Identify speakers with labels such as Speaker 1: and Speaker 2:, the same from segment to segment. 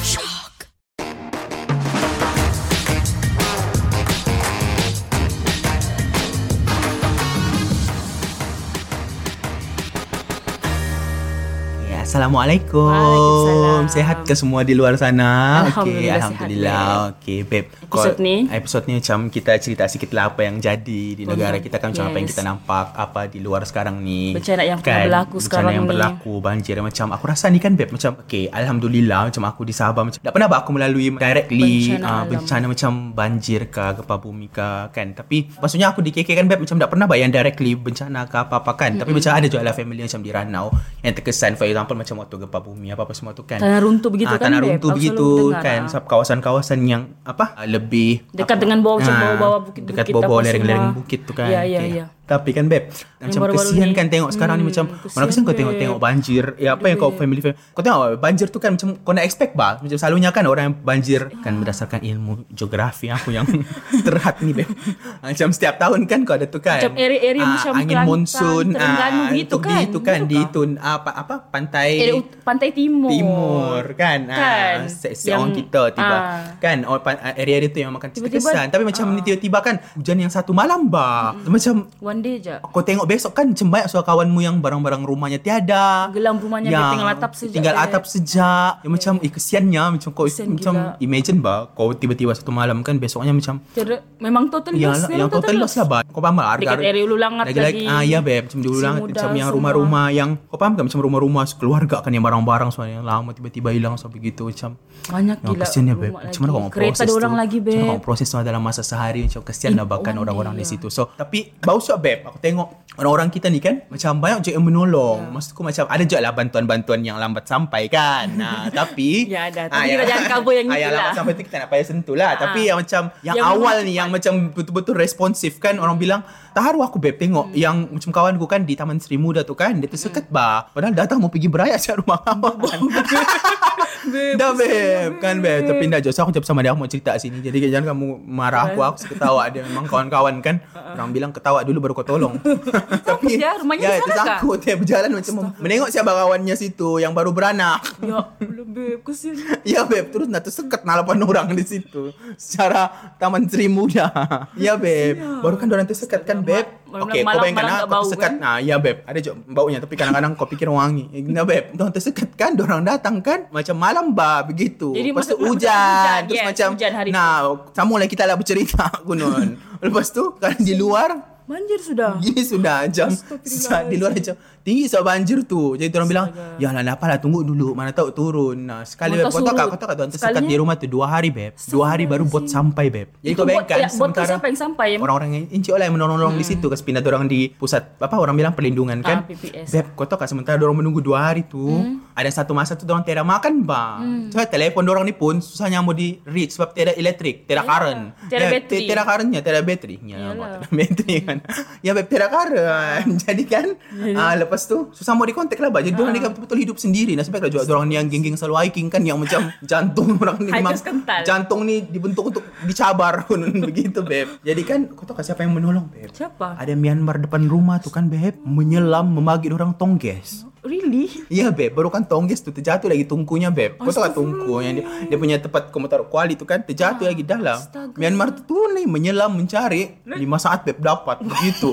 Speaker 1: Shock.
Speaker 2: Ya, Assalamualaikum.
Speaker 3: Waalaikumsalam.
Speaker 2: Sehat ke semua di luar sana? Okey,
Speaker 3: Alhamdulillah
Speaker 2: alhamdulillah.
Speaker 3: sihat,
Speaker 2: Okey, babe.
Speaker 3: Episod
Speaker 2: Kau-
Speaker 3: ni?
Speaker 2: Episod ni macam kita cerita sikit lah apa yang jadi di negara
Speaker 3: Benar.
Speaker 2: kita kan macam apa yang
Speaker 3: ya. Yes.
Speaker 2: kita nampak apa di luar sekarang ni.
Speaker 3: Bencana yang pernah berlaku
Speaker 2: Bencana
Speaker 3: sekarang
Speaker 2: yang
Speaker 3: ni.
Speaker 2: berlaku banjir macam aku rasa ni kan babe macam okey, alhamdulillah macam aku di Sabah macam tak pernah bah aku melalui directly
Speaker 3: Bencana
Speaker 2: ah,
Speaker 3: alam.
Speaker 2: bencana macam banjir ke gempa bumi ke kan. Tapi maksudnya aku di KK kan babe macam tak pernah bah yang directly bencana ke apa-apa kan. Tapi macam ada juga lah family macam di Ranau yang terkesan for example macam waktu gempa bumi apa-apa semua tu kan.
Speaker 3: Tanah runtuh begitu
Speaker 2: Ah,
Speaker 3: kan,
Speaker 2: Tanah
Speaker 3: babe?
Speaker 2: runtuh
Speaker 3: Aku
Speaker 2: begitu
Speaker 3: selalu dengar,
Speaker 2: kan.
Speaker 3: ah.
Speaker 2: Sebab kawasan-kawasan yang apa? ah, Lebih
Speaker 3: Dekat
Speaker 2: apa,
Speaker 3: dengan bawah, macam
Speaker 2: ah,
Speaker 3: bawah-bawah bukit-bukit
Speaker 2: Dekat
Speaker 3: apa
Speaker 2: bawah-bawah
Speaker 3: semua.
Speaker 2: lereng-lereng bukit tu kan.
Speaker 3: Ya, ya,
Speaker 2: Okey.
Speaker 3: ya.
Speaker 2: Tapi kan babe, macam
Speaker 3: baru-baru
Speaker 2: kesian
Speaker 3: ni.
Speaker 2: kan tengok sekarang ni
Speaker 3: Hmm,
Speaker 2: macam mana
Speaker 3: kesian,
Speaker 2: kesian kau
Speaker 3: babe.
Speaker 2: tengok-tengok banjir. Ya apa yang kau family family. Kau tengok banjir tu kan macam kau nak expect bah. Macam selalunya kan orang yang banjir
Speaker 3: Ya.
Speaker 2: kan berdasarkan ilmu geografi aku yang terhad ni babe. Macam setiap tahun kan kau ada tu kan.
Speaker 3: Macam area-area
Speaker 2: Ah,
Speaker 3: macam
Speaker 2: angin
Speaker 3: Kelantan,
Speaker 2: monsun, ah,
Speaker 3: Terengganu gitu
Speaker 2: untuk
Speaker 3: kan.
Speaker 2: Di itu kan di
Speaker 3: Betul
Speaker 2: itu apa apa pantai
Speaker 3: Eh, ut- pantai timur.
Speaker 2: timur kan,
Speaker 3: Kan?
Speaker 2: Ah, se-
Speaker 3: Yang-
Speaker 2: seorang kita tiba
Speaker 3: ah.
Speaker 2: kan or- pan- area dia tu yang makan
Speaker 3: Tiba-tiba- ah.
Speaker 2: terkesan tapi macam ni tiba-tiba kan hujan yang satu malam bah macam
Speaker 3: One day je.
Speaker 2: kau tengok besok kan macam banyak suara kawanmu yang barang-barang rumahnya tiada
Speaker 3: Gelam rumahnya dia
Speaker 2: yang
Speaker 3: tinggal atap sejak
Speaker 2: tinggal
Speaker 3: dia-
Speaker 2: atap sejak yang macam eh kesiannya macam kau
Speaker 3: Kesian
Speaker 2: macam
Speaker 3: gila.
Speaker 2: imagine bah kau tiba-tiba satu malam kan besoknya macam
Speaker 3: Tiada, memang total
Speaker 2: yang,
Speaker 3: loss.
Speaker 2: Ya, yang
Speaker 3: memang
Speaker 2: total loss lah bah Kau faham tak?
Speaker 3: Dekat area Ulu Langat lagi.
Speaker 2: Ah, ya beb. Macam di Ulu
Speaker 3: Si
Speaker 2: Langat.
Speaker 3: muda
Speaker 2: Macam yang
Speaker 3: semua.
Speaker 2: rumah-rumah yang... Kau faham tak? Macam rumah-rumah keluarga kan yang barang-barang sebenarnya yang lama tiba-tiba hilang sampai gitu. Macam...
Speaker 3: Banyak
Speaker 2: Ya,
Speaker 3: gila.
Speaker 2: kesian ya beb.
Speaker 3: rumah
Speaker 2: Macam mana kau
Speaker 3: lagi.
Speaker 2: nak
Speaker 3: Kereta
Speaker 2: proses
Speaker 3: dia
Speaker 2: tu?
Speaker 3: orang lagi,
Speaker 2: Macam mana kau
Speaker 3: beb.
Speaker 2: nak proses tu dalam masa sehari? Macam kesian lah bahkan
Speaker 3: orang
Speaker 2: orang-orang di
Speaker 3: dia.
Speaker 2: situ. So, tapi bau siap beb. Aku tengok orang-orang kita ni kan macam banyak juga yang menolong.
Speaker 3: Ya.
Speaker 2: Maksudku macam ada juga lah bantuan-bantuan yang lambat sampai kan. Nah, tapi
Speaker 3: Ya, ada.
Speaker 2: Ah,
Speaker 3: Tapi kita jangan cover yang
Speaker 2: ah,
Speaker 3: itu
Speaker 2: yang
Speaker 3: lah. Ah.
Speaker 2: lambat sampai tu kita nak payah sentuh lah. Tapi yang macam yang,
Speaker 3: Yang
Speaker 2: awal ni yang macam betul-betul responsif kan orang bilang taharu aku beb
Speaker 3: Hmm.
Speaker 2: tengok yang macam kawanku kan di Taman Sri Muda tu kan dia tersekat bah. Padahal datang mau pergi beraya kat rumah kawan.
Speaker 3: Beb,
Speaker 2: Dah babe
Speaker 3: kesiannya,
Speaker 2: Kan babe Tapi dah Joss Aku cakap sama dia Aku mau cerita sini Jadi jangan kamu marah aku Aku suka ketawa Dia memang kawan-kawan kan Orang bilang ketawa dulu Baru kau tolong Tapi
Speaker 3: dia?
Speaker 2: ya,
Speaker 3: Rumahnya di sana
Speaker 2: dia
Speaker 3: kah?
Speaker 2: takut Dia berjalan macam Menengok siapa kawannya situ Yang baru beranak
Speaker 3: Ya, belum beb. Kesian.
Speaker 2: Ya babe Terus nak tersekat Nalapan orang di situ Secara Taman Sri Muda Ya babe Baru kan orang tersekat kan babe
Speaker 3: Malam-
Speaker 2: Okey kau
Speaker 3: malam-
Speaker 2: bayangkan
Speaker 3: malam
Speaker 2: ah,
Speaker 3: tak
Speaker 2: Kau
Speaker 3: bau, kan?
Speaker 2: tersekat Nah, ya beb, ada juga baunya tapi kadang-kadang kau pikir wangi. Eh, Nah beb, dorang tersekat kan, dorang datang kan macam malam bah begitu.
Speaker 3: Jadi
Speaker 2: Lepas tu
Speaker 3: masuk-
Speaker 2: hujan,
Speaker 3: hujan,
Speaker 2: terus
Speaker 3: yes,
Speaker 2: macam
Speaker 3: hujan hari
Speaker 2: nah, sama lah kita lah bercerita gunun. Lepas tu kalau di luar
Speaker 3: Banjir sudah.
Speaker 2: Gini sudah jam
Speaker 3: Astagfirullahaladzim.
Speaker 2: Di luar jam Tinggi sebab banjir tu Jadi orang bilang Ya lah apalah tunggu dulu Mana tahu turun nah, Sekali beb
Speaker 3: Mana
Speaker 2: Kau tahu
Speaker 3: tahu
Speaker 2: tak
Speaker 3: surut.
Speaker 2: Kau tahu tak Tuan tersekat
Speaker 3: Sekalinya-
Speaker 2: di rumah tu Dua hari beb Dua hari baru bot sampai beb Jadi
Speaker 3: Itu
Speaker 2: kau
Speaker 3: bot-
Speaker 2: bayangkan
Speaker 3: ya, bot tu siapa yang sampai? ya? Hmm.
Speaker 2: Orang-orang yang Encik lah yang menolong di situ Kasi pindah orang di Pusat Apa orang bilang perlindungan kan
Speaker 3: Ah, PPS.
Speaker 2: Beb kau tahu kat sementara Diorang menunggu dua hari tu
Speaker 3: Hmm.
Speaker 2: Ada satu masa tu Diorang tiada makan bang So telepon diorang ni pun Susah nyamuk di reach Sebab tiada elektrik Tiada current
Speaker 3: Tiada
Speaker 2: Ya,
Speaker 3: bateri.
Speaker 2: ti- Tiada currentnya Tiada bateri Ya kau tiada bateri kan Ya beb tiada current Jadi kan ah, Lepas tu Susah mau dikontak lah bang Jadi diorang
Speaker 3: Ah.
Speaker 2: ni kan betul-betul hidup sendiri Nasib baik lah juga Diorang ni yang geng-geng selalu hiking kan Yang macam jantung orang ni
Speaker 3: High
Speaker 2: memang
Speaker 3: press kental.
Speaker 2: Jantung ni dibentuk untuk dicabar pun Begitu beb Jadi kan Kau tahu kat siapa yang menolong beb
Speaker 3: Siapa?
Speaker 2: ada Myanmar depan rumah tu kan beb Menyelam memagi orang tongges
Speaker 3: Really?
Speaker 2: Ya beb Baru kan tongges tu terjatuh lagi tungkunya beb Kau tahu tak tungku yang dia, dia punya tempat kau mau taruh kuali tu kan Terjatuh lagi dalam
Speaker 3: astaga.
Speaker 2: Myanmar tu turun ni menyelam mencari lima saat beb dapat Begitu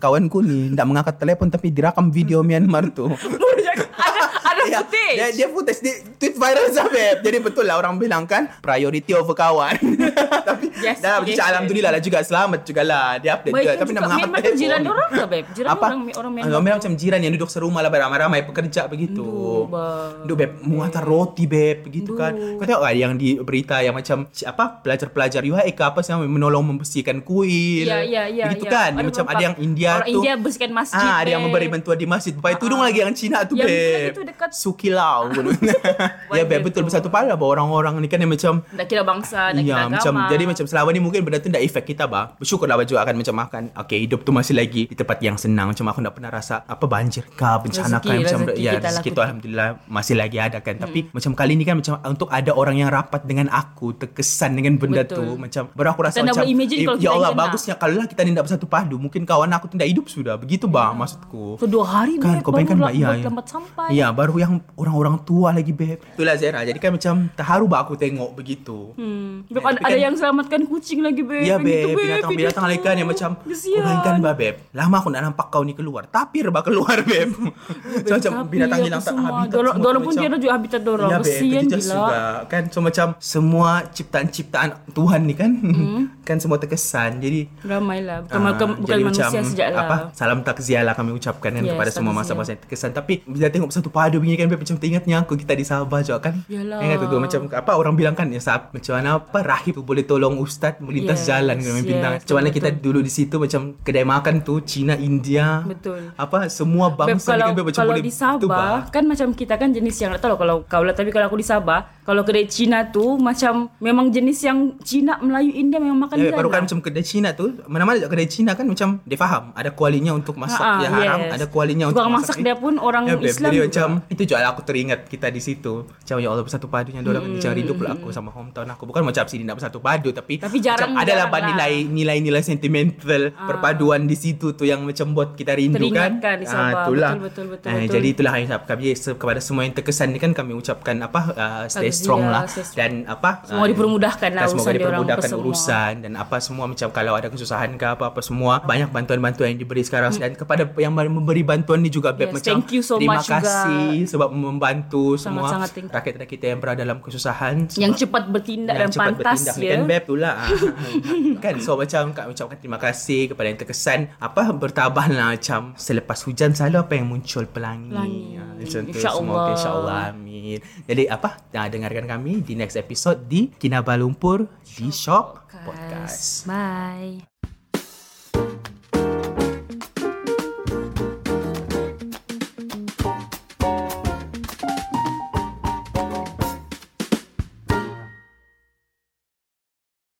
Speaker 2: Kawanku ni tak mengangkat telefon tapi dirakam video Myanmar tu
Speaker 3: ada ada
Speaker 2: Ya,
Speaker 3: footage.
Speaker 2: Dia, dia footage dia, tweet viral sah beb. Jadi betul lah orang bilang kan priority over kawan. Tapi
Speaker 3: Yes,
Speaker 2: dah yes,
Speaker 3: yes, yes.
Speaker 2: alhamdulillah lah juga selamat juga lah dia update
Speaker 3: Baik
Speaker 2: juga
Speaker 3: kan
Speaker 2: tapi nak
Speaker 3: juga.
Speaker 2: mengangkat
Speaker 3: Myanmar tu
Speaker 2: telefon.
Speaker 3: jiran dorang ke, beb? Jiran
Speaker 2: Apa?
Speaker 3: orang- orang Myanmar
Speaker 2: Orang macam jiran yang duduk serumah lah beramai-ramai pekerja begitu.
Speaker 3: Aduh, beb.
Speaker 2: Duh beb mengantar roti beb begitu kan. Kau tengok kan yang di berita yang macam si- apa pelajar-pelajar UiK ke apa sama menolong membersihkan kuil.
Speaker 3: Ya, ya, ya.
Speaker 2: Begitu
Speaker 3: ya.
Speaker 2: kan.
Speaker 3: Orang
Speaker 2: macam ada
Speaker 3: nampak
Speaker 2: yang India
Speaker 3: orang
Speaker 2: tu.
Speaker 3: India bersihkan masjid.
Speaker 2: Ah, ada yang
Speaker 3: babe.
Speaker 2: memberi bantuan di masjid. Pakai tudung
Speaker 3: Ah.
Speaker 2: lagi yang Cina tu,
Speaker 3: Yang
Speaker 2: babe.
Speaker 3: itu Ya, dekat-
Speaker 2: Sukilau. ya, babe, betul bersatu pala bah orang-orang ni kan yang macam
Speaker 3: Tak kira bangsa, tak kira
Speaker 2: Ya,
Speaker 3: agama.
Speaker 2: macam jadi macam selama ni mungkin benda tu tak efek kita bah. Bersyukurlah baju akan macam makan. Okay, hidup tu masih lagi di tempat yang senang. Macam aku tak pernah rasa apa banjir kah, bencana kah,
Speaker 3: Rezeki, lah,
Speaker 2: macam macam
Speaker 3: rezeki
Speaker 2: ya
Speaker 3: kita Hmm.
Speaker 2: rezeki
Speaker 3: laku-
Speaker 2: itu alhamdulillah masih lagi ada kan tapi macam kali ini kan macam untuk ada orang yang rapat dengan aku terkesan dengan benda
Speaker 3: Betul.
Speaker 2: tu macam baru aku rasa
Speaker 3: Kita ndak
Speaker 2: macam
Speaker 3: boleh imagine
Speaker 2: "Eh,
Speaker 3: kalau
Speaker 2: ya
Speaker 3: kita
Speaker 2: Allah
Speaker 3: yang kena."
Speaker 2: bagusnya kalau lah kita ni ndak bersatu padu mungkin kawan aku tu ndak hidup sudah begitu bang maksudku
Speaker 3: Ya. So dua hari
Speaker 2: kan
Speaker 3: Beb,
Speaker 2: kau bayangkan
Speaker 3: baru
Speaker 2: mbak Ya. iya
Speaker 3: lambat-
Speaker 2: iya.
Speaker 3: lambat sampai.
Speaker 2: iya baru yang orang-orang tua lagi beb itulah Zera jadi kan macam terharu mbak aku tengok begitu
Speaker 3: Hmm. Beb,
Speaker 2: Tapi
Speaker 3: ada, ada
Speaker 2: kan-
Speaker 3: yang selamatkan kucing lagi beb.
Speaker 2: Iya
Speaker 3: Yang gitu,
Speaker 2: Ya, beb, binatang-binatang
Speaker 3: yang
Speaker 2: lain
Speaker 3: gitu.
Speaker 2: kan yang macam
Speaker 3: Kesian.
Speaker 2: Kau bayangkan bah beb Lama aku nak nampak kau ni keluar Tapi rebah keluar beb So macam
Speaker 3: Tapi
Speaker 2: binatang
Speaker 3: apa
Speaker 2: hilang tak
Speaker 3: semua.
Speaker 2: habitat
Speaker 3: Dorong,
Speaker 2: semua tu
Speaker 3: dorong pun
Speaker 2: macam-
Speaker 3: tiada juga habitat dorong.
Speaker 2: Iya, beb,
Speaker 3: Kesian
Speaker 2: terjejas
Speaker 3: gila.
Speaker 2: juga kan So macam semua ciptaan-ciptaan Tuhan ni kan
Speaker 3: Hmm.
Speaker 2: Kan semua terkesan Jadi
Speaker 3: Ramai lah. Bukan,
Speaker 2: Ah,
Speaker 3: bukan, bukan
Speaker 2: jadi
Speaker 3: manusia
Speaker 2: macam,
Speaker 3: sejak lah.
Speaker 2: apa, Salam takziah lah kami ucapkan kan
Speaker 3: Yes,
Speaker 2: kepada semua
Speaker 3: takziah.
Speaker 2: masa-masa yang terkesan Tapi bila tengok satu padu begini kan Beb, Macam teringatnya aku kita di Sabah juga kan
Speaker 3: Yalah.
Speaker 2: Ingat tu, tu macam apa orang bilang kan ya, sab, Macam mana apa rahib tu boleh tolong ustaz melintas
Speaker 3: Yes,
Speaker 2: jalan kan yes,
Speaker 3: yes,
Speaker 2: bintang Macam mana kita dulu di situ macam kedai makan tu Cina, India
Speaker 3: Betul.
Speaker 2: Apa semua
Speaker 3: Beb,
Speaker 2: bangsa ni
Speaker 3: kalau,
Speaker 2: kan Beb, macam
Speaker 3: kalau
Speaker 2: boleh
Speaker 3: di
Speaker 2: tebak.
Speaker 3: Sabah kan macam kita kan jenis yang tak tahu kalau kau lah tapi kalau aku di Sabah kalau kedai Cina tu macam memang jenis yang Cina Melayu India memang makan lah.
Speaker 2: Ya,
Speaker 3: di
Speaker 2: baru kan macam
Speaker 3: dalam.
Speaker 2: kedai Cina tu Mana-mana juga kedai Cina kan macam Dia faham Ada kualinya untuk masak
Speaker 3: Ah,
Speaker 2: yang haram
Speaker 3: yes.
Speaker 2: Ada kualinya untuk
Speaker 3: Tukang masak dia pun orang
Speaker 2: Beb.
Speaker 3: Islam
Speaker 2: Jadi
Speaker 3: juga.
Speaker 2: macam Itu juga lah aku teringat Kita di situ Macam ya Allah bersatu padunya Diorang hmm. jangan hidup pula aku Sama hometown aku Bukan macam sini nak bersatu padu Tapi,
Speaker 3: Tapi jarang-
Speaker 2: macam, Adalah
Speaker 3: jarang lah. Ah.
Speaker 2: nilai Nilai-nilai sentimental Perpaduan di situ tu Yang macam buat kita rindu
Speaker 3: Teringatkan
Speaker 2: kan
Speaker 3: di Sabah.
Speaker 2: itulah.
Speaker 3: Betul, betul, betul,
Speaker 2: Ah,
Speaker 3: betul.
Speaker 2: Jadi itulah yang kami se- Kepada semua yang terkesan ni kan Kami ucapkan apa ah, Stay
Speaker 3: Takziah,
Speaker 2: strong lah
Speaker 3: stay strong.
Speaker 2: Dan apa ah,
Speaker 3: Semoga dipermudahkan lah
Speaker 2: dan Semoga
Speaker 3: urusan diorang
Speaker 2: dipermudahkan
Speaker 3: apa semua.
Speaker 2: urusan kesusahan dan apa semua macam kalau ada kesusahan ke apa-apa semua banyak bantuan-bantuan yang diberi sekarang dan kepada yang memberi bantuan ni juga Beb
Speaker 3: Hmm. Yes,
Speaker 2: macam
Speaker 3: thank you so
Speaker 2: terima
Speaker 3: much juga.
Speaker 2: kasih sebab membantu semua
Speaker 3: Sangat-sangat thank you.
Speaker 2: rakyat-rakyat kita yang berada dalam kesusahan
Speaker 3: yang cepat bertindak dan
Speaker 2: cepat
Speaker 3: pantas
Speaker 2: bertindak ni
Speaker 3: ya.
Speaker 2: kan Beb itulah Ah, kan so macam kak ucapkan terima kasih kepada yang terkesan apa bertabah lah macam selepas hujan selalu apa yang muncul pelangi,
Speaker 3: Pelangi.
Speaker 2: Ah, macam tu
Speaker 3: Insya
Speaker 2: semoga
Speaker 3: Allah.
Speaker 2: insyaallah amin jadi apa nah, dengarkan kami di next episode di Kinabalumpur di Shock Podcast.
Speaker 3: Bye.